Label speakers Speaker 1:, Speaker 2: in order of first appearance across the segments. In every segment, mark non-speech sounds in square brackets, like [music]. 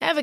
Speaker 1: Ever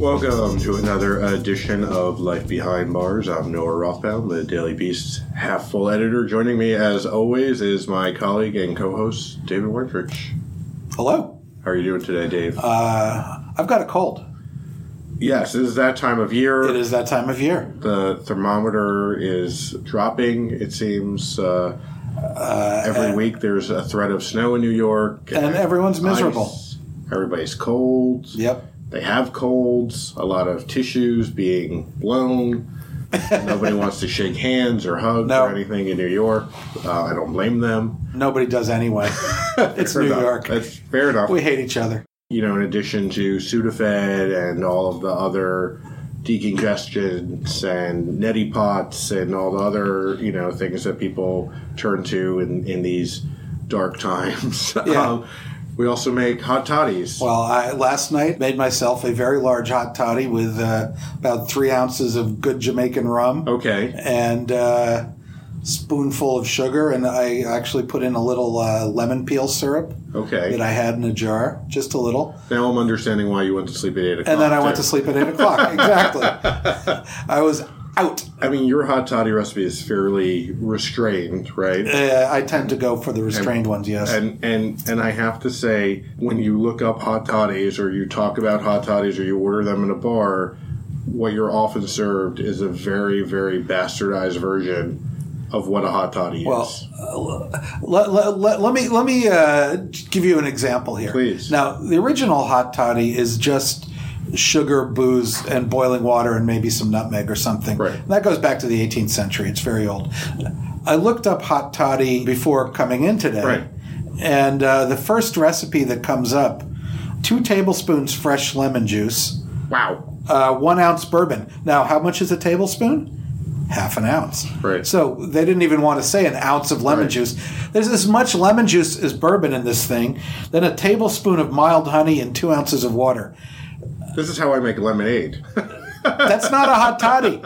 Speaker 2: Welcome to another edition of Life Behind Bars. I'm Noah Rothbaum, the Daily Beast's half full editor. Joining me, as always, is my colleague and co host, David Wintridge.
Speaker 3: Hello. Uh,
Speaker 2: How are you doing today, Dave?
Speaker 3: I've got a cold.
Speaker 2: yes, it is that time of year.
Speaker 3: It is that time of year.
Speaker 2: The thermometer is dropping, it seems. Uh, every week there's a threat of snow in New York.
Speaker 3: And everyone's miserable.
Speaker 2: Ice. Everybody's cold.
Speaker 3: Yep.
Speaker 2: They have colds, a lot of tissues being
Speaker 3: [laughs]
Speaker 2: blown. Nobody wants to shake hands or hug
Speaker 3: No.
Speaker 2: or anything in New York. Uh, I don't blame them.
Speaker 3: Nobody does anyway.
Speaker 2: [laughs]
Speaker 3: it's
Speaker 2: Fair
Speaker 3: New
Speaker 2: enough.
Speaker 3: York.
Speaker 2: That's fair enough.
Speaker 3: We hate each other.
Speaker 2: You know, in addition to Sudafed and all of the other decongestants and neti pots and all the other, you know, things that people turn to in, in these dark times. [laughs] Um,
Speaker 3: Yeah.
Speaker 2: we also make hot toddies.
Speaker 3: Well, I last night made myself a very large hot toddy with uh, about three ounces of good Jamaican rum
Speaker 2: okay.
Speaker 3: and uh, spoonful of sugar, and I actually put in a little uh, lemon peel syrup
Speaker 2: Okay.
Speaker 3: that I had in a jar, just a little.
Speaker 2: Now I'm understanding why you went to sleep at 8 o'clock.
Speaker 3: And then I went
Speaker 2: too.
Speaker 3: to sleep at
Speaker 2: [laughs]
Speaker 3: eight o'clock. Exactly. I was out.
Speaker 2: I mean, your hot toddy recipe is fairly restrained, right?
Speaker 3: Uh, I tend to go for the restrained ones. Yes.
Speaker 2: And and and I have to say, when you look up hot toddies, or you talk about hot toddies, or you order them in a bar, what you're often served is a very, very bastardized version of what a hot toddy
Speaker 3: Well,
Speaker 2: is.
Speaker 3: let, let, let, let me let me uh, give you an example here.
Speaker 2: Please.
Speaker 3: Now, the original hot toddy is just sugar, booze, and boiling water, and maybe some nutmeg or something.
Speaker 2: Right.
Speaker 3: And that goes back to the 18th century. It's very old. I looked up hot toddy before coming in today,
Speaker 2: Right.
Speaker 3: and uh, the first recipe that comes up: two tablespoons fresh lemon juice,
Speaker 2: Wow.
Speaker 3: uh, one ounce bourbon. Now, how much is a tablespoon? Half an ounce.
Speaker 2: Right.
Speaker 3: So they didn't even want to say an ounce of lemon
Speaker 2: Right.
Speaker 3: juice. There's as much lemon juice as bourbon in this thing, then a tablespoon of mild honey and two ounces of water.
Speaker 2: This is how I make lemonade. [laughs]
Speaker 3: That's not a hot toddy.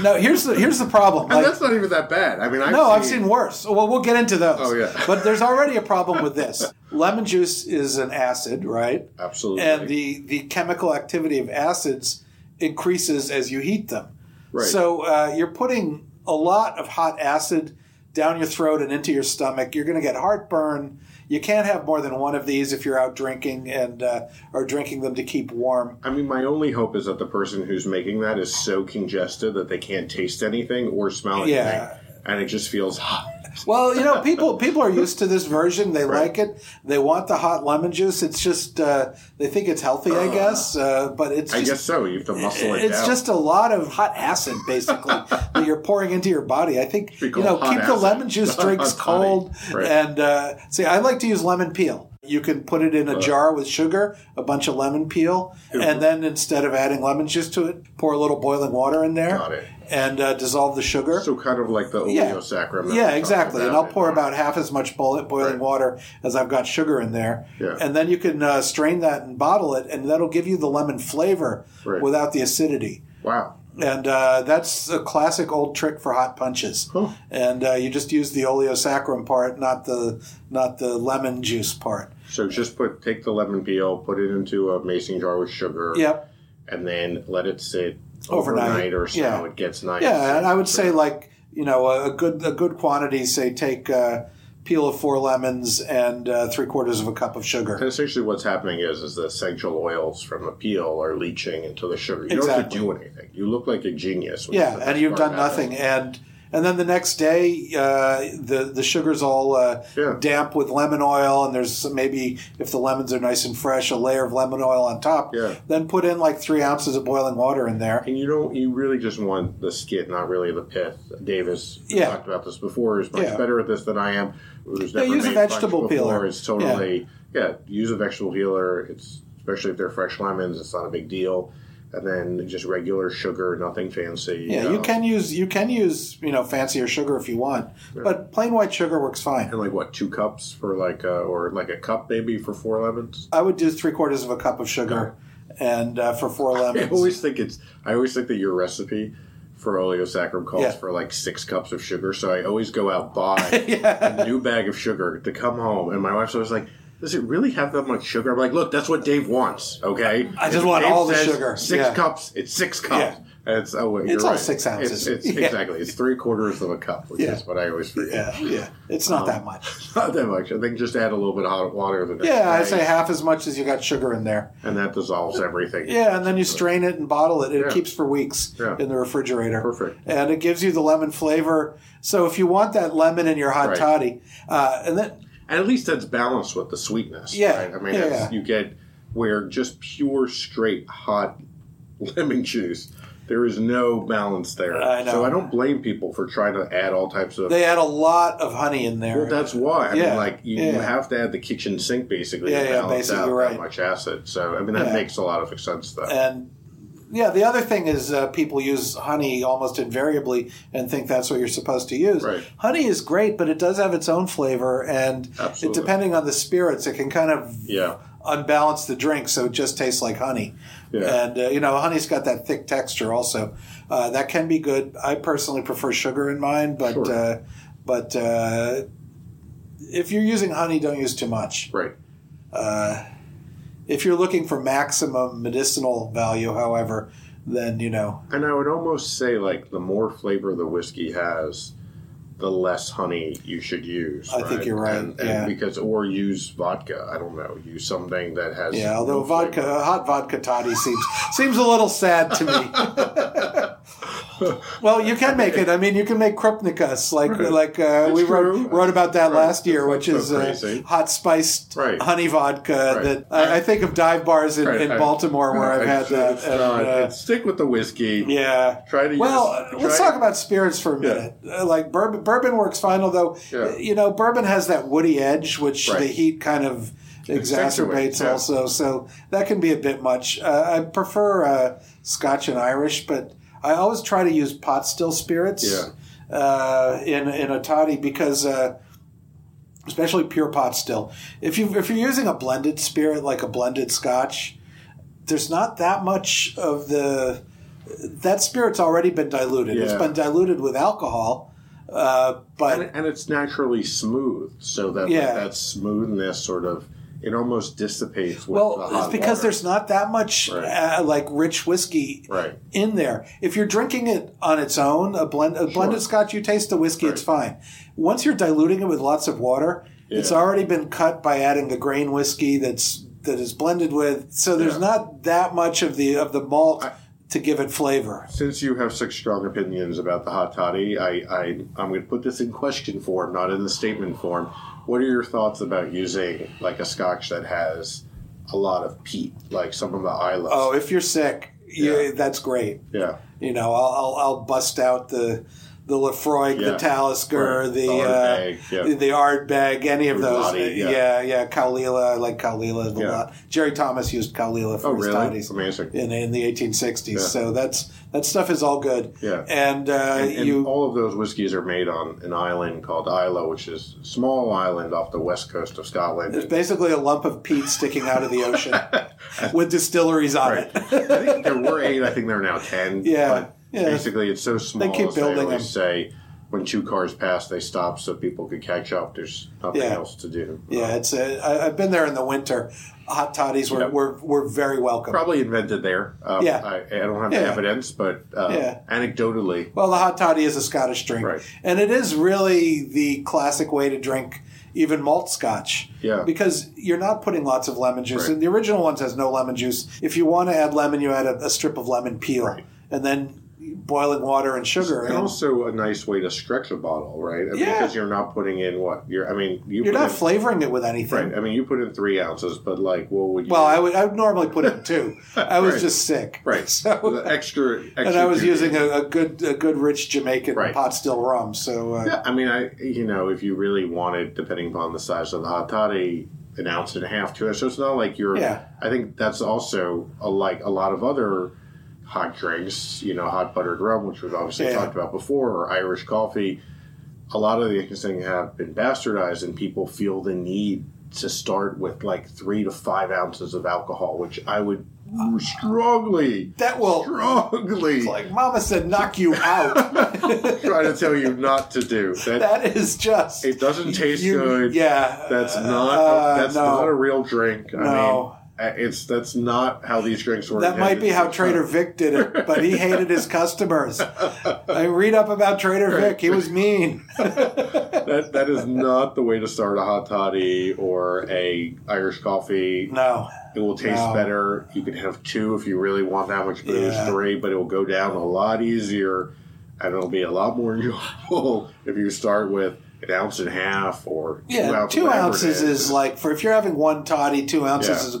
Speaker 3: No, here's the here's the problem.
Speaker 2: and
Speaker 3: Like-
Speaker 2: that's not even that bad. I mean, I've
Speaker 3: no,
Speaker 2: seen,
Speaker 3: I've seen worse. Well, we'll get into those.
Speaker 2: Oh, yeah.
Speaker 3: but there's already a problem with this. Lemon juice is an acid, right?
Speaker 2: Absolutely.
Speaker 3: And the, the chemical activity of acids increases as you heat them.
Speaker 2: Right.
Speaker 3: So uh, you're putting a lot of hot acid down your throat and into your stomach. You're going to get heartburn. You can't have more than one of these if you're out drinking and uh, or drinking them to keep warm.
Speaker 2: I mean, my only hope is that the person who's making that is so congested that they can't taste anything or smell anything,
Speaker 3: Yeah.
Speaker 2: and it just feels hot.
Speaker 3: Well, you
Speaker 2: [laughs]
Speaker 3: know, people people are used to this version. They like it. They want the hot lemon juice. It's just uh, they think it's healthy, I guess. Uh, but it's
Speaker 2: I
Speaker 3: just,
Speaker 2: guess so. You have to muscle it
Speaker 3: it's
Speaker 2: down.
Speaker 3: just a lot of hot acid
Speaker 2: [laughs]
Speaker 3: basically that you're pouring into your body. I think
Speaker 2: Be
Speaker 3: you
Speaker 2: called
Speaker 3: know
Speaker 2: hot
Speaker 3: keep the
Speaker 2: acid.
Speaker 3: lemon juice
Speaker 2: Not [laughs]
Speaker 3: drinks
Speaker 2: hot toddy.
Speaker 3: cold
Speaker 2: Right.
Speaker 3: and uh, see. I like to use lemon peel. You can put it in
Speaker 2: Uh.
Speaker 3: a jar with sugar, a bunch of lemon peel, and then instead of adding lemon juice to it, pour a little boiling water in there
Speaker 2: Got it.
Speaker 3: and uh, dissolve the sugar.
Speaker 2: so kind of like the
Speaker 3: Yeah.
Speaker 2: oleosaccharin. that we
Speaker 3: Yeah,
Speaker 2: talked
Speaker 3: exactly. And
Speaker 2: about
Speaker 3: I'll pour
Speaker 2: in-
Speaker 3: about half as much boil- boiling
Speaker 2: Right.
Speaker 3: water as I've got sugar in there.
Speaker 2: Yeah.
Speaker 3: And then you can uh, strain that and bottle it, and that'll give you the lemon flavor
Speaker 2: Right.
Speaker 3: without the acidity.
Speaker 2: Wow.
Speaker 3: And uh, that's a classic old trick for hot punches. And uh, you just use the oleosaccharin part, not the not the lemon juice part.
Speaker 2: So just put take the lemon peel, put it into a mason jar with sugar,
Speaker 3: Yep.
Speaker 2: and then let it sit
Speaker 3: Overnight.
Speaker 2: overnight, or so
Speaker 3: Yeah.
Speaker 2: it gets nice.
Speaker 3: Yeah, and I would say like you know a good a good quantity. Say take uh, peel of four lemons and uh, three quarters of a cup of sugar.
Speaker 2: And essentially, what's happening is is the essential oils from the peel are leaching into the sugar. You don't have to
Speaker 3: Exactly.
Speaker 2: do anything. You look like a genius. which is
Speaker 3: Yeah,
Speaker 2: the
Speaker 3: and
Speaker 2: best
Speaker 3: you've
Speaker 2: part
Speaker 3: done
Speaker 2: about it.
Speaker 3: nothing, and And then the next day, uh, the the sugar's all uh,
Speaker 2: Yeah.
Speaker 3: damp with lemon oil, and there's some- maybe if the lemons are nice and fresh, a layer of lemon oil on top.
Speaker 2: Yeah.
Speaker 3: Then put in like three ounces of boiling water in there.
Speaker 2: And you don't. You really just want the skit, not really the pith. Davis we
Speaker 3: Yeah.
Speaker 2: talked about this before. Is much
Speaker 3: Yeah.
Speaker 2: better at this than I am. Who's
Speaker 3: Yeah,
Speaker 2: never
Speaker 3: use a
Speaker 2: made
Speaker 3: vegetable
Speaker 2: lunch
Speaker 3: peeler.
Speaker 2: Before. It's totally yeah. Use a vegetable peeler. It's especially if they're fresh lemons. It's not a big deal. And then just regular sugar, nothing fancy. Um,
Speaker 3: Yeah, you can use you can use you know fancier sugar if you want, but plain white sugar works fine.
Speaker 2: And like what, two cups for like, uh, or like a cup maybe for four lemons.
Speaker 3: I would do three quarters of a cup of sugar, and uh, for
Speaker 2: [laughs]
Speaker 3: four
Speaker 2: I
Speaker 3: lemons.
Speaker 2: always think it's. I always think that your recipe for oleosaccharum calls
Speaker 3: Yeah.
Speaker 2: for like six cups of sugar, so I always go out
Speaker 3: [laughs]
Speaker 2: buy a new bag of sugar to come home, and my wife's always like. Does it really have that much sugar? I'm like, look, that's what Dave wants. Okay,
Speaker 3: I just
Speaker 2: If
Speaker 3: want all the
Speaker 2: says
Speaker 3: sugar.
Speaker 2: Six
Speaker 3: Yeah.
Speaker 2: cups. It's six cups. And it's oh, wait,
Speaker 3: It's
Speaker 2: you're
Speaker 3: all
Speaker 2: right.
Speaker 3: six ounces.
Speaker 2: It's, it's
Speaker 3: [laughs] Yeah.
Speaker 2: exactly. It's three quarters of a cup, which
Speaker 3: Yeah.
Speaker 2: is what I always forget.
Speaker 3: yeah, yeah, it's
Speaker 2: Oh.
Speaker 3: not that much.
Speaker 2: Not [laughs] that much. I think just add a little bit of hot water. The next
Speaker 3: Yeah, I'd
Speaker 2: day,
Speaker 3: say half as much as you got sugar in there.
Speaker 2: and that dissolves everything.
Speaker 3: Yeah, and then you strain it and bottle it. It
Speaker 2: Yeah.
Speaker 3: keeps for weeks
Speaker 2: Yeah.
Speaker 3: in the refrigerator.
Speaker 2: Perfect.
Speaker 3: And it gives you the lemon flavor. So if you want that lemon in your hot
Speaker 2: Right.
Speaker 3: toddy, uh, and then
Speaker 2: At least that's balanced with the sweetness.
Speaker 3: Yeah,
Speaker 2: right? I mean,
Speaker 3: yeah,
Speaker 2: that's-
Speaker 3: yeah.
Speaker 2: you get where just pure, straight, hot [laughs] lemon juice. There is no balance there.
Speaker 3: I know.
Speaker 2: So I don't blame people for trying to add all types of.
Speaker 3: they add a lot of honey in there.
Speaker 2: well, that's why. I
Speaker 3: Yeah,
Speaker 2: mean, like you, you
Speaker 3: yeah.
Speaker 2: have to add the kitchen sink basically to
Speaker 3: Yeah, yeah,
Speaker 2: balance
Speaker 3: basically,
Speaker 2: out
Speaker 3: you're right.
Speaker 2: that much acid. So I mean, that
Speaker 3: Yeah. Uh,
Speaker 2: makes a lot of sense though.
Speaker 3: and yeah, the other thing is uh, people use honey almost invariably and think that's what you're supposed to use.
Speaker 2: Right.
Speaker 3: Honey is great, but it does have its own flavor, and it,
Speaker 2: Absolutely.
Speaker 3: depending on the spirits, it can kind of
Speaker 2: Yeah.
Speaker 3: unbalance the drink, so it just tastes like honey.
Speaker 2: Yeah.
Speaker 3: And uh, you know, honey's got that thick texture, also. Uh, that can be good. I personally prefer sugar in mine, but
Speaker 2: Sure.
Speaker 3: uh, but uh, if you're using honey, don't use too much
Speaker 2: right.
Speaker 3: if you're looking for maximum medicinal value, however, then you know,
Speaker 2: And I would almost say like the more flavor the whiskey has, the less honey you should use.
Speaker 3: I think you're right,
Speaker 2: And, and
Speaker 3: yeah.
Speaker 2: because or use vodka. I don't know. Use something that has.
Speaker 3: yeah. Although
Speaker 2: no
Speaker 3: vodka,
Speaker 2: flavor.
Speaker 3: hot vodka toddy seems seems a little sad to me. well, you can make it. I mean, you can make Krupnikas like like uh,
Speaker 2: It's
Speaker 3: we
Speaker 2: true.
Speaker 3: wrote wrote about that
Speaker 2: Right.
Speaker 3: last year,
Speaker 2: That's
Speaker 3: which
Speaker 2: not
Speaker 3: is
Speaker 2: so
Speaker 3: uh,
Speaker 2: crazy.
Speaker 3: hot spiced
Speaker 2: Right.
Speaker 3: honey vodka.
Speaker 2: Right.
Speaker 3: That I, I think of dive bars in,
Speaker 2: Right,
Speaker 3: in
Speaker 2: I-
Speaker 3: Baltimore where
Speaker 2: I-
Speaker 3: I've had
Speaker 2: it's
Speaker 3: that. and,
Speaker 2: not-
Speaker 3: uh,
Speaker 2: it's- stick with the whiskey.
Speaker 3: Yeah.
Speaker 2: Try to
Speaker 3: Well, uh,
Speaker 2: use-
Speaker 3: let's
Speaker 2: try-
Speaker 3: talk about spirits for a minute. Uh, like bourbon, bourbon works fine, although uh,
Speaker 2: Yeah.
Speaker 3: you know bourbon has that woody edge, which
Speaker 2: Right.
Speaker 3: the heat kind of exacerbates.
Speaker 2: Accentuates, yeah.
Speaker 3: Also, so that can be a bit much. Uh, I prefer uh, Scotch and Irish, but I always try to use pot still spirits uh, in in a toddy because. Uh, Especially pure pot still. If you if you're using a blended spirit like a blended Scotch, there's not that much of the that spirit's already been diluted. It's
Speaker 2: Yeah.
Speaker 3: been diluted with alcohol, uh, but
Speaker 2: and, and it's naturally smooth, so that
Speaker 3: Yeah.
Speaker 2: that smoothness sort of it almost dissipates. With the
Speaker 3: well,
Speaker 2: hot
Speaker 3: it's because
Speaker 2: water.
Speaker 3: there's not that much
Speaker 2: Right.
Speaker 3: uh, like rich whiskey
Speaker 2: Right.
Speaker 3: in there. If you're drinking it on its own, a blend a blended Scotch, you taste the whiskey, it's fine. Once you're diluting it with lots of water, it's
Speaker 2: Yeah.
Speaker 3: already been cut by adding the grain whiskey that's that is blended with. So there's
Speaker 2: Yeah.
Speaker 3: not that much of the of the malt to give it flavor.
Speaker 2: Since you have such strong opinions about the hot toddy, I, I I'm going to put this in question form, not in the statement form. What are your thoughts about using like a scotch that has a lot of peat, like some of the islands?
Speaker 3: Oh, if you're sick, you,
Speaker 2: Yeah.
Speaker 3: that's great.
Speaker 2: yeah,
Speaker 3: You know, I'll, I'll, I'll bust out the the Lefroy, the
Speaker 2: Yeah.
Speaker 3: Talisker,
Speaker 2: Right.
Speaker 3: the
Speaker 2: The Ardbeg,
Speaker 3: uh,
Speaker 2: yeah.
Speaker 3: the Ardbeg, any of those.
Speaker 2: Ulati,
Speaker 3: yeah,
Speaker 2: yeah.
Speaker 3: yeah, Kalila. I like Kalila a
Speaker 2: Yeah.
Speaker 3: lot. Jerry Thomas used Kalila for
Speaker 2: Oh,
Speaker 3: his
Speaker 2: really?
Speaker 3: toddies
Speaker 2: Amazing.
Speaker 3: in in the 1860s.
Speaker 2: Yeah.
Speaker 3: So that's that stuff is all good.
Speaker 2: Yeah.
Speaker 3: and, uh,
Speaker 2: and, and
Speaker 3: you
Speaker 2: all of those whiskeys are made on an island called Isla, which is a small island off the west coast of Scotland.
Speaker 3: it's basically a lump of peat sticking out of
Speaker 2: [laughs]
Speaker 3: the ocean with distilleries on
Speaker 2: Right.
Speaker 3: it.
Speaker 2: I think there were eight. I think there are now ten.
Speaker 3: Yeah.
Speaker 2: But
Speaker 3: Yeah.
Speaker 2: Basically, it's so small.
Speaker 3: They keep
Speaker 2: as
Speaker 3: building
Speaker 2: always
Speaker 3: them.
Speaker 2: Say when two cars pass, they stop so people could catch up. There's nothing
Speaker 3: Yeah.
Speaker 2: else to do. Uh,
Speaker 3: Yeah, it's a, I, I've been there in the winter. Hot toddies were,
Speaker 2: Yeah.
Speaker 3: were, were very welcome.
Speaker 2: Probably invented there. Um,
Speaker 3: Yeah.
Speaker 2: I, I don't have
Speaker 3: Yeah.
Speaker 2: evidence, but uh,
Speaker 3: Yeah.
Speaker 2: anecdotally,
Speaker 3: Well, the hot toddy is a Scottish drink,
Speaker 2: Right.
Speaker 3: and it is really the classic way to drink even malt Scotch.
Speaker 2: Yeah.
Speaker 3: Because you're not putting lots of lemon juice.
Speaker 2: Right.
Speaker 3: And the original ones has no lemon juice. If you want to add lemon, you add a, a strip of lemon peel, and then boiling water and sugar.
Speaker 2: And
Speaker 3: in.
Speaker 2: also a nice way to stretch a bottle, right? I mean,
Speaker 3: Yeah.
Speaker 2: Because you're not putting in what you're. I mean, you
Speaker 3: You're
Speaker 2: put
Speaker 3: not
Speaker 2: in-
Speaker 3: flavoring it with anything.
Speaker 2: Right. I mean, you put in three ounces, but like, what would you?
Speaker 3: Well, I would I would normally put in two. I
Speaker 2: [laughs]
Speaker 3: was
Speaker 2: Right.
Speaker 3: just sick.
Speaker 2: right.
Speaker 3: [laughs] So
Speaker 2: The extra, extra.
Speaker 3: and I was
Speaker 2: two-
Speaker 3: using a, a good a good rich Jamaican
Speaker 2: Right.
Speaker 3: pot still rum. So uh,
Speaker 2: Yeah, I mean, I you know, if you really wanted, depending upon the size of the hot toddy, an ounce and a half to it. So it's not like you're.
Speaker 3: Yeah.
Speaker 2: I think that's also a, like a lot of other hot drinks. You know, hot buttered rum, which we've obviously
Speaker 3: Yeah.
Speaker 2: talked about before, or Irish coffee. A lot of these things have been bastardized, and people feel the need to start with like three to five ounces of alcohol, which I would strongly,
Speaker 3: that will
Speaker 2: strongly
Speaker 3: like Mama said, knock
Speaker 2: [laughs]
Speaker 3: you out.
Speaker 2: try to tell you not to do. That
Speaker 3: that is just
Speaker 2: It doesn't taste
Speaker 3: you-
Speaker 2: good.
Speaker 3: Yeah,
Speaker 2: That's not
Speaker 3: Uh,
Speaker 2: that's
Speaker 3: no.
Speaker 2: not a real drink. I
Speaker 3: No.
Speaker 2: mean, uh, it's that's not how these drinks were.
Speaker 3: That might be
Speaker 2: intended.
Speaker 3: how Trader Vic did it, but he hated his customers. I read up about Trader Vic. He was mean.
Speaker 2: [laughs] that that is not the way to start a hot toddy or a Irish coffee.
Speaker 3: No.
Speaker 2: It will taste
Speaker 3: No.
Speaker 2: better. You can have two if you really want that much booze,
Speaker 3: Yeah.
Speaker 2: three, but it will go down a lot easier, and it'll be a lot more [laughs] enjoyable if you start with an ounce and a half or two
Speaker 3: Yeah,
Speaker 2: ounces.
Speaker 3: two
Speaker 2: whatever it
Speaker 3: ounces is like for if you're having one toddy, two ounces
Speaker 2: Yeah.
Speaker 3: is a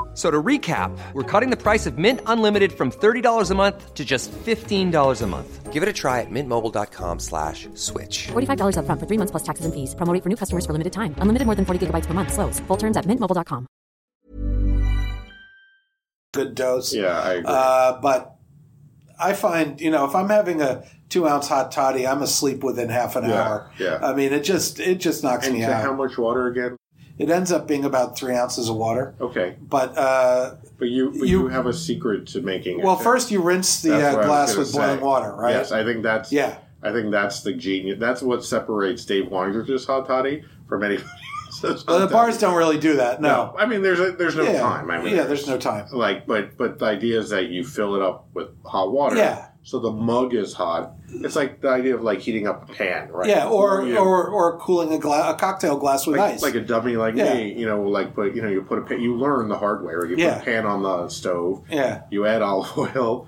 Speaker 4: So to recap, we're cutting the price of Mint Unlimited from $30 a month to just $15 a month. Give it a try at mintmobile.com slash switch.
Speaker 5: $45 upfront for three months plus taxes and fees. Promo rate for new customers for limited time. Unlimited more than 40 gigabytes per month. Slows. Full terms at mintmobile.com.
Speaker 3: good dose.
Speaker 2: Yeah, I agree.
Speaker 3: Uh, but I find, you know, if I'm having a two ounce hot toddy, I'm asleep within half an
Speaker 2: Yeah,
Speaker 3: hour.
Speaker 2: yeah.
Speaker 3: I mean, it just it just knocks
Speaker 2: and
Speaker 3: me
Speaker 2: to
Speaker 3: out.
Speaker 2: how much water again?
Speaker 3: it ends up being about three ounces of water.
Speaker 2: Okay,
Speaker 3: But uh,
Speaker 2: but you but
Speaker 3: You-
Speaker 2: you, have a secret to making. it.
Speaker 3: well, first you rinse the
Speaker 2: That's
Speaker 3: uh,
Speaker 2: what I was
Speaker 3: glass
Speaker 2: gonna
Speaker 3: with boiling
Speaker 2: say.
Speaker 3: water, right?
Speaker 2: Yes, I think that's
Speaker 3: Yeah.
Speaker 2: I think that's the genius. That's what separates Dave Weinger's hot toddy from anybody else's.
Speaker 3: Well, the
Speaker 2: hot
Speaker 3: bars don't really do that.
Speaker 2: toddy.
Speaker 3: No.
Speaker 2: I mean, there's a, there's no
Speaker 3: yeah.
Speaker 2: time. I mean,
Speaker 3: yeah, there's no time.
Speaker 2: like, but but the idea is that you fill it up with hot water.
Speaker 3: Yeah.
Speaker 2: So the mug is hot. It's like the idea of like heating up a pan, right?
Speaker 3: Yeah, or,
Speaker 2: You-
Speaker 3: or or cooling a, gla- a cocktail glass with
Speaker 2: like,
Speaker 3: ice.
Speaker 2: like a dummy like
Speaker 3: Yeah.
Speaker 2: me, you know, like put you know you put a pan, you learn the hard way, right? You
Speaker 3: Yeah.
Speaker 2: put a pan on the stove,
Speaker 3: yeah.
Speaker 2: you add [laughs] olive oil,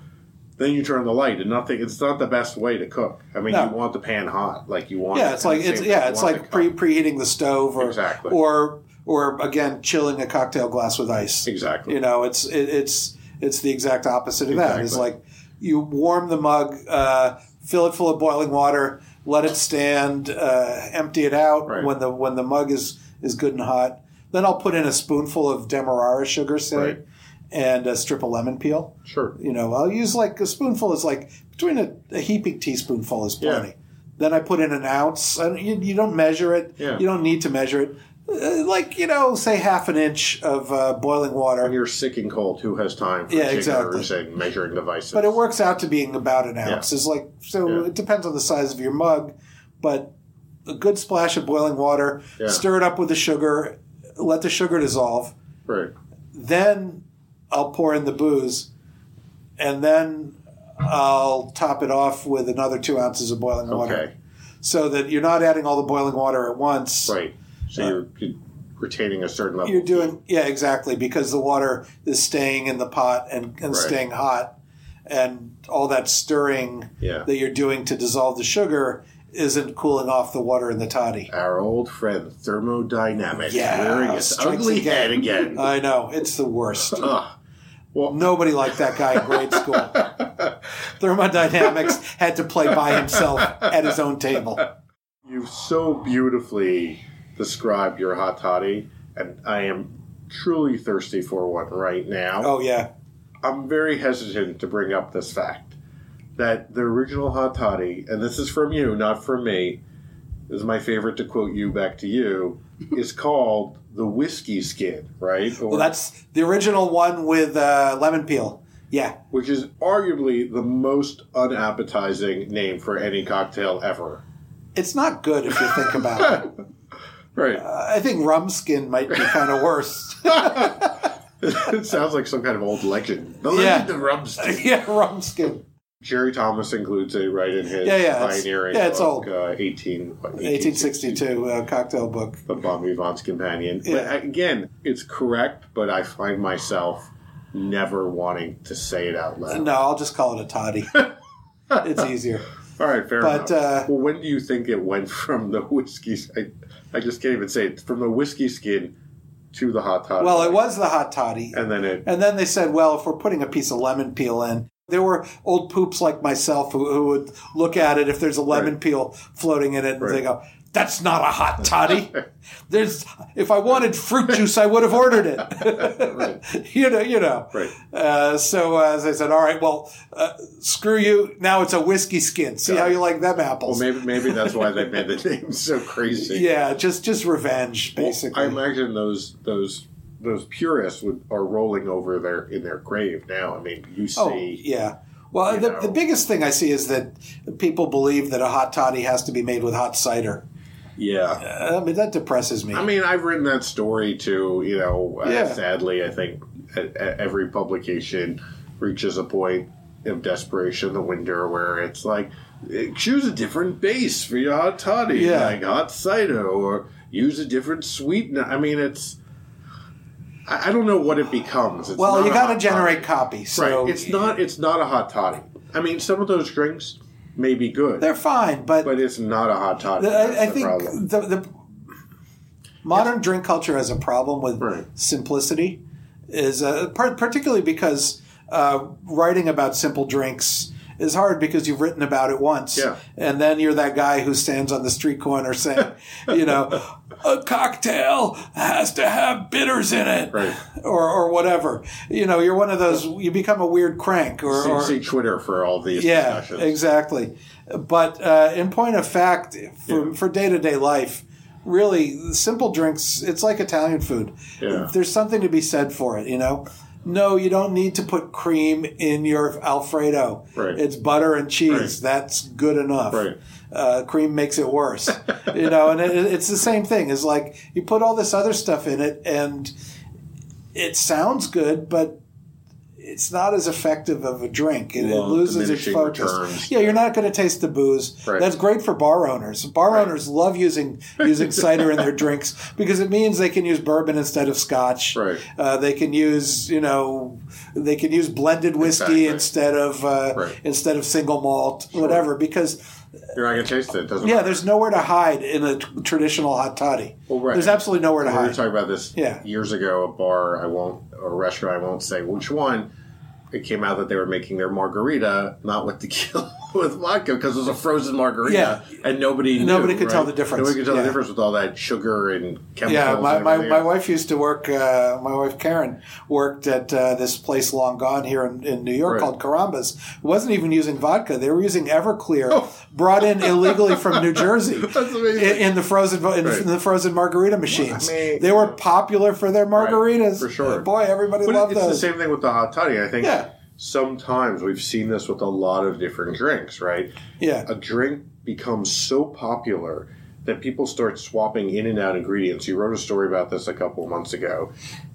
Speaker 2: then you turn the light, and nothing. It's not the best way to cook. I mean,
Speaker 3: No.
Speaker 2: you want the pan hot, like you want.
Speaker 3: Yeah, it's like it's yeah, it's like pre preheating the stove or
Speaker 2: Exactly.
Speaker 3: or or again chilling a cocktail glass with ice.
Speaker 2: exactly.
Speaker 3: You know, it's it, it's it's the exact opposite of that. It's
Speaker 2: Exactly.
Speaker 3: like you warm the mug, uh, fill it full of boiling water, let it stand, uh, empty it out
Speaker 2: Right.
Speaker 3: when the when the mug is is good and hot. Then I'll put in a spoonful of demerara sugar, say,
Speaker 2: Right.
Speaker 3: and a strip of lemon peel.
Speaker 2: Sure.
Speaker 3: You know, I'll use like a spoonful is like between a, a heaping teaspoonful is plenty.
Speaker 2: Yeah.
Speaker 3: Then I put in an ounce. I don't, you, you don't measure it.
Speaker 2: Yeah.
Speaker 3: You don't need to measure it. Uh, like you know, say half an inch of uh, boiling water,
Speaker 2: When you're sick and cold, who has time for
Speaker 3: Yeah,
Speaker 2: jiggers
Speaker 3: exactly.
Speaker 2: and measuring devices?
Speaker 3: but it works out to being about an ounce. It's like so.
Speaker 2: Yeah.
Speaker 3: It depends on the size of your mug, but a good splash of boiling water.
Speaker 2: Yeah.
Speaker 3: Stir it up with the sugar. Let the sugar dissolve.
Speaker 2: Right.
Speaker 3: then I'll pour in the booze, and then I'll top it off with another two ounces of boiling water,
Speaker 2: Okay.
Speaker 3: so that you're not adding all the boiling water at once.
Speaker 2: Right. So you're, you're retaining a certain level.
Speaker 3: You're
Speaker 2: of
Speaker 3: doing yeah, exactly, because the water is staying in the pot and, and
Speaker 2: Right.
Speaker 3: staying hot, and all that stirring
Speaker 2: Yeah.
Speaker 3: that you're doing to dissolve the sugar isn't cooling off the water in the toddy.
Speaker 2: Our old friend thermodynamics
Speaker 3: Yeah,
Speaker 2: rearing its
Speaker 3: strikes
Speaker 2: ugly
Speaker 3: again.
Speaker 2: head again.
Speaker 3: [laughs] I know it's the worst.
Speaker 2: Ugh. Well,
Speaker 3: Nobody liked that guy in grade school. Thermodynamics had to play by himself at his own table.
Speaker 2: You've so beautifully described your hot toddy, and I am truly thirsty for one right now.
Speaker 3: Oh yeah,
Speaker 2: I'm very hesitant to bring up this fact that the original hot toddy, and this is from you, not from me, this is my favorite to quote you back to
Speaker 3: [laughs]
Speaker 2: you, is called the whiskey skin, right? Or,
Speaker 3: well that's the original one with uh, lemon peel. Yeah,
Speaker 2: which is arguably the most unappetizing name for any cocktail ever.
Speaker 3: it's not good if you think about it.
Speaker 2: Right.
Speaker 3: I think rum skin might be kind of worse.
Speaker 2: [laughs] it sounds like some kind of old legend. The
Speaker 3: Yeah.
Speaker 2: legend of Rumstein.
Speaker 3: [laughs] yeah, Rumskin.
Speaker 2: Jerry Thomas includes it right in his
Speaker 3: Yeah, yeah, it's-
Speaker 2: pioneering
Speaker 3: yeah, it's
Speaker 2: book,
Speaker 3: old.
Speaker 2: Uh, 18, what, 1862.
Speaker 3: 1862 uh, cocktail book.
Speaker 2: The Bon Vivant's Companion.
Speaker 3: Yeah.
Speaker 2: But again, it's correct, but I find myself never wanting to say it out loud.
Speaker 3: No, I'll just call it a toddy. it's easier.
Speaker 2: All right, fair enough.
Speaker 3: But, uh,
Speaker 2: well, when do you think it went from the whiskey? I, I just can't even say it. From the whiskey skin to the hot toddy.
Speaker 3: Well, it was the hot toddy.
Speaker 2: And then
Speaker 3: [laughs]
Speaker 2: it.
Speaker 3: And then they said, well, if we're putting a piece of lemon peel in, there were old poops like myself who, who would look at it if there's a lemon
Speaker 2: Right.
Speaker 3: peel floating in it, and
Speaker 2: Right.
Speaker 3: they go, "That's not a
Speaker 2: [laughs]
Speaker 3: hot toddy." there's, if I wanted fruit juice, I would have ordered it. [laughs] you know, you know.
Speaker 2: Right.
Speaker 3: Uh, so uh, they said, "All right, well, uh, screw you. Now it's a whiskey skin. See how you like them
Speaker 2: Well,
Speaker 3: apples."
Speaker 2: maybe maybe that's why they made the name so crazy.
Speaker 3: yeah, just just revenge, basically.
Speaker 2: I imagine those those those purists would are rolling over their in their grave now. I mean, you see,
Speaker 3: Oh, yeah. Well,
Speaker 2: you
Speaker 3: the,
Speaker 2: know.
Speaker 3: the biggest thing I see is that people believe that a hot toddy has to be made with hot cider.
Speaker 2: yeah.
Speaker 3: I mean, that depresses me.
Speaker 2: I mean, I've written that story to you know.
Speaker 3: Yeah.
Speaker 2: Uh, sadly, I think a- a- every publication reaches a point of desperation in the winter where it's like eh, choose a different base for your hot toddy,
Speaker 3: Yeah.
Speaker 2: like hot cider, or use a different sweetener. I mean, it's. I I don't know what it becomes. It's
Speaker 3: well,
Speaker 2: not
Speaker 3: you
Speaker 2: a
Speaker 3: got to
Speaker 2: hot toddy.
Speaker 3: generate copy. So
Speaker 2: right. It's not. It's not a hot toddy. I mean, some of those drinks may be good,
Speaker 3: They're fine, but,
Speaker 2: but it's not a hot toddy.
Speaker 3: the-
Speaker 2: That's
Speaker 3: I, I
Speaker 2: the
Speaker 3: think
Speaker 2: problem.
Speaker 3: the, the modern drink culture has a problem with
Speaker 2: Right.
Speaker 3: simplicity, is uh, par- particularly because uh, writing about simple drinks is hard because you've written about it once,
Speaker 2: Yeah.
Speaker 3: and then you're that guy who stands on the street corner
Speaker 2: [laughs]
Speaker 3: saying, you know, a cocktail has to have bitters in it,
Speaker 2: Right.
Speaker 3: or or whatever. You know, you're one of those. You become a weird crank, or,
Speaker 2: See-
Speaker 3: or
Speaker 2: see Twitter for all these
Speaker 3: yeah,
Speaker 2: discussions.
Speaker 3: exactly. But uh, in point of fact, for for day to day life, really simple drinks. It's like Italian food.
Speaker 2: Yeah.
Speaker 3: There's something to be said for it. You know, no, you don't need to put cream in your Alfredo.
Speaker 2: Right.
Speaker 3: It's butter and
Speaker 2: Right.
Speaker 3: cheese. That's good enough.
Speaker 2: Right.
Speaker 3: Uh, cream makes it worse, [laughs] you know, and it, it's the same thing. It's like you put all this other stuff in it, and it sounds good, but it's not as effective of a drink. It, it
Speaker 2: Well,
Speaker 3: loses its
Speaker 2: diminishing
Speaker 3: focus.
Speaker 2: returns.
Speaker 3: Yeah, you're not going to taste the booze.
Speaker 2: Right.
Speaker 3: That's great for bar owners. Bar owners love using
Speaker 2: [laughs]
Speaker 3: using cider in their drinks because it means they can use bourbon instead of scotch.
Speaker 2: Right.
Speaker 3: Uh, they can use you know they can use blended whiskey
Speaker 2: Exactly.
Speaker 3: instead of uh,
Speaker 2: Right.
Speaker 3: instead of single malt, whatever. Because
Speaker 2: You're not gonna taste it. it doesn't
Speaker 3: yeah,
Speaker 2: matter.
Speaker 3: there's nowhere to hide in a t- traditional hot toddy.
Speaker 2: Well, right.
Speaker 3: There's absolutely nowhere to
Speaker 2: We were
Speaker 3: hide.
Speaker 2: talking about this
Speaker 3: Yeah.
Speaker 2: years ago. A bar I won't, or a restaurant I won't say which one. It came out that they were making their margarita not with tequila, [laughs] with vodka because it was a frozen margarita,
Speaker 3: Yeah.
Speaker 2: and nobody knew,
Speaker 3: Nobody could
Speaker 2: right?
Speaker 3: tell the difference.
Speaker 2: Nobody could tell the
Speaker 3: Yeah.
Speaker 2: difference with all that sugar and chemicals.
Speaker 3: Yeah, my,
Speaker 2: and
Speaker 3: my,
Speaker 2: everything
Speaker 3: my
Speaker 2: else.
Speaker 3: wife used to work. Uh, my wife Karen worked at uh, this place long gone here in, in New York
Speaker 2: Right.
Speaker 3: called Carambas. wasn't even using vodka; they were using Everclear, brought in illegally from New
Speaker 2: [laughs]
Speaker 3: Jersey
Speaker 2: Oh. amazing.
Speaker 3: In, in the frozen vo- in,
Speaker 2: Right.
Speaker 3: in the frozen margarita machines.
Speaker 2: mean-
Speaker 3: they were popular for their margaritas.
Speaker 2: for sure.
Speaker 3: boy, everybody
Speaker 2: But
Speaker 3: loved
Speaker 2: it's
Speaker 3: those.
Speaker 2: the same thing with the hot toddy. I think
Speaker 3: Yeah.
Speaker 2: sometimes we've seen this with a lot of different drinks, right?
Speaker 3: yeah,
Speaker 2: A drink becomes so popular that people start swapping in and out ingredients. You wrote a story about this a couple of months ago.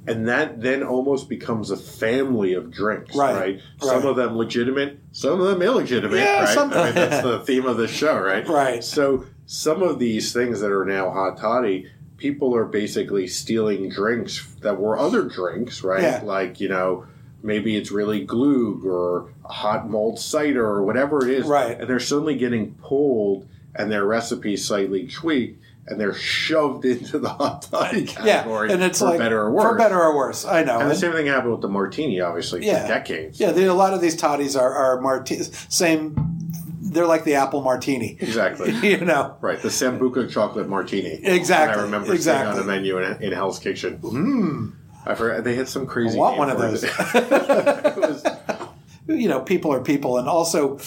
Speaker 2: And that then almost becomes a family of drinks,
Speaker 3: Right.
Speaker 2: right? Some
Speaker 3: Right.
Speaker 2: of them legitimate, some of them illegitimate,
Speaker 3: Yeah,
Speaker 2: right?
Speaker 3: some-
Speaker 2: I mean, that's the theme of the show, right?
Speaker 3: Right.
Speaker 2: So some of these things that are now hot toddy, people are basically stealing drinks that were other drinks, right?
Speaker 3: Yeah.
Speaker 2: Like, you know, maybe it's really glug or hot malt cider or whatever it is.
Speaker 3: Right.
Speaker 2: And they're suddenly getting pulled and their recipe slightly tweaked and they're shoved [laughs] into the hot toddy
Speaker 3: yeah,
Speaker 2: category
Speaker 3: and it's
Speaker 2: for
Speaker 3: like
Speaker 2: better or worse.
Speaker 3: for better or worse. I know.
Speaker 2: And the
Speaker 3: And-
Speaker 2: same thing happened with the martini, obviously,
Speaker 3: yeah.
Speaker 2: for decades.
Speaker 3: Yeah, they, a lot of these toddies are, are martinis. Same, they're like the apple martini.
Speaker 2: Exactly.
Speaker 3: [laughs] you know,
Speaker 2: Right, the Sambuca chocolate martini.
Speaker 3: Exactly,
Speaker 2: And I remember
Speaker 3: exactly. Mm.
Speaker 2: seeing on the menu in, in Hell's Kitchen. Mmm. I forgot they had some crazy.
Speaker 3: I want
Speaker 2: name
Speaker 3: one of
Speaker 2: for it.
Speaker 3: those.
Speaker 2: It was-
Speaker 3: you know, people are people, and also,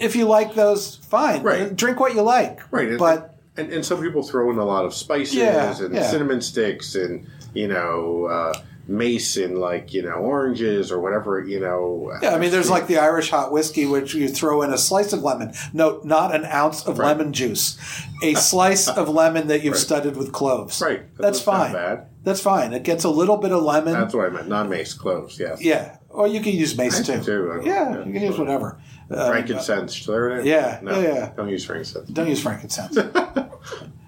Speaker 3: if you like those, fine.
Speaker 2: Right.
Speaker 3: Drink what you like.
Speaker 2: [laughs] right, it-
Speaker 3: But
Speaker 2: and, and some people throw in a lot of spices
Speaker 3: Yeah,
Speaker 2: and
Speaker 3: yeah.
Speaker 2: cinnamon sticks and you know uh, mace in like you know oranges or whatever you know.
Speaker 3: Yeah, I mean, there's like the Irish hot whiskey, which you throw in a slice of lemon. No, not an ounce of lemon juice. A slice of lemon that you've studded with cloves.
Speaker 2: Right. That
Speaker 3: That's
Speaker 2: doesn't sound
Speaker 3: fine.
Speaker 2: bad.
Speaker 3: That's fine. It gets a little bit of lemon.
Speaker 2: That's what I meant. Not mace, cloves. Yes.
Speaker 3: yeah. Or you can use mace too.
Speaker 2: too, I don't-
Speaker 3: Yeah,
Speaker 2: yeah,
Speaker 3: you can use
Speaker 2: sure.
Speaker 3: whatever. Uh,
Speaker 2: Frankincense. Should I write it?
Speaker 3: Yeah,
Speaker 2: No,
Speaker 3: yeah, yeah.
Speaker 2: Don't use frankincense.
Speaker 3: don't use
Speaker 2: [laughs]
Speaker 3: frankincense.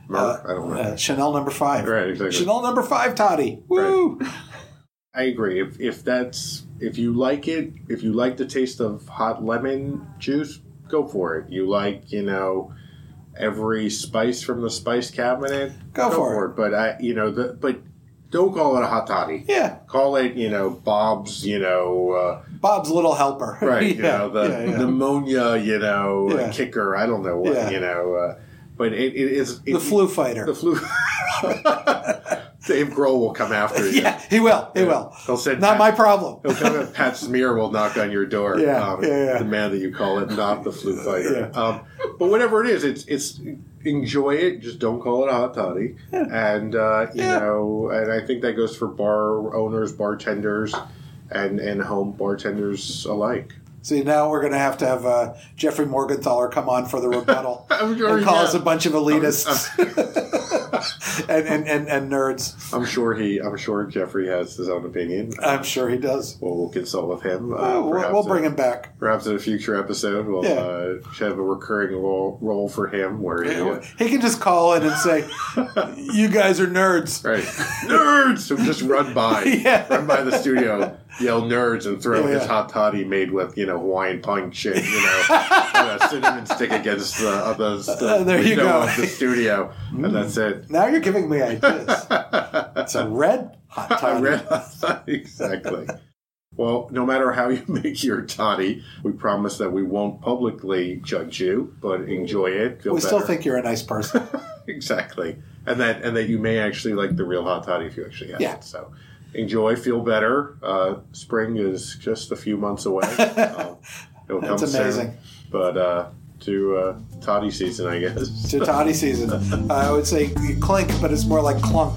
Speaker 2: Myrrh? I don't know.
Speaker 3: Uh, Chanel number five.
Speaker 2: Right, exactly.
Speaker 3: Chanel number five, Toddy. Woo!
Speaker 2: I agree. If if that's if you like it, if you like the taste of hot lemon juice, go for it. You like you know every spice from the spice cabinet,
Speaker 3: Go for it.
Speaker 2: But I you know the but don't call it a hot toddy.
Speaker 3: Yeah.
Speaker 2: Call it, you know, Bob's, you know, uh,
Speaker 3: Bob's little helper.
Speaker 2: right,
Speaker 3: [laughs] yeah,
Speaker 2: you know, the
Speaker 3: yeah, yeah.
Speaker 2: pneumonia, you know, uh,
Speaker 3: Yeah.
Speaker 2: kicker. I don't know what,
Speaker 3: Yeah.
Speaker 2: you know, uh, but it, it is
Speaker 3: The
Speaker 2: it-
Speaker 3: flu fighter.
Speaker 2: The flu. Dave Grohl will come after you.
Speaker 3: [laughs] [laughs] yeah, he will. He will.
Speaker 2: He'll send
Speaker 3: Not
Speaker 2: Pat-
Speaker 3: my problem.
Speaker 2: He'll come and Pat Smear will knock on your door. um,
Speaker 3: Yeah, yeah, yeah.
Speaker 2: The man that you call it, not the flu fighter. Um, but whatever it is, it's it's enjoy it. Just don't call it a hot toddy. And uh, you
Speaker 3: Yeah.
Speaker 2: know, and I think that goes for bar owners, bartenders, and and home bartenders alike.
Speaker 3: See, now we're going to have to have uh, Jeffrey Morgenthaler come on for
Speaker 2: [laughs]
Speaker 3: the rebuttal
Speaker 2: I'm sure
Speaker 3: and
Speaker 2: he
Speaker 3: call us
Speaker 2: has.
Speaker 3: a bunch of elitists [laughs] and, and, and, and nerds.
Speaker 2: I'm sure he. I'm sure Jeffrey has his own opinion.
Speaker 3: I'm sure he does.
Speaker 2: Well, we'll consult with him. Uh,
Speaker 3: Oh, we'll,
Speaker 2: perhaps
Speaker 3: we'll bring
Speaker 2: a-
Speaker 3: him back.
Speaker 2: Perhaps in a future episode, we'll
Speaker 3: Yeah.
Speaker 2: uh, have a recurring role, role for him where he. uh,
Speaker 3: He can just call in and
Speaker 2: [laughs]
Speaker 3: say, "You guys are nerds." [laughs]
Speaker 2: Right. nerds! Who just run by.
Speaker 3: Yeah.
Speaker 2: Run by the studio, yell nerds, and throw
Speaker 3: Yeah,
Speaker 2: his
Speaker 3: yeah.
Speaker 2: hot toddy made with, you know, Hawaiian punch and, you
Speaker 3: [laughs]
Speaker 2: know, a cinnamon stick against the, uh, the, the
Speaker 3: Uh, there you
Speaker 2: window
Speaker 3: go. Mm.
Speaker 2: of the studio. And that's it.
Speaker 3: Now you're giving
Speaker 2: [laughs]
Speaker 3: me ideas. it's a red hot
Speaker 2: I
Speaker 3: toddy.
Speaker 2: read [laughs] exactly. Well, no matter how you [laughs] make your toddy, we promise that we won't publicly judge you, but enjoy it. Feel
Speaker 3: we still
Speaker 2: better.
Speaker 3: think you're a
Speaker 2: [laughs]
Speaker 3: nice person.
Speaker 2: exactly and that and that you may actually like the real hot toddy if you actually have
Speaker 3: Yeah.
Speaker 2: it so enjoy feel better uh, spring is just a few months
Speaker 3: [laughs]
Speaker 2: away um, it'll
Speaker 3: That's
Speaker 2: come soon.
Speaker 3: amazing.
Speaker 2: but uh, to uh, toddy season i guess
Speaker 3: to toddy season, Uh, I would say you clink, but it's more like clunk.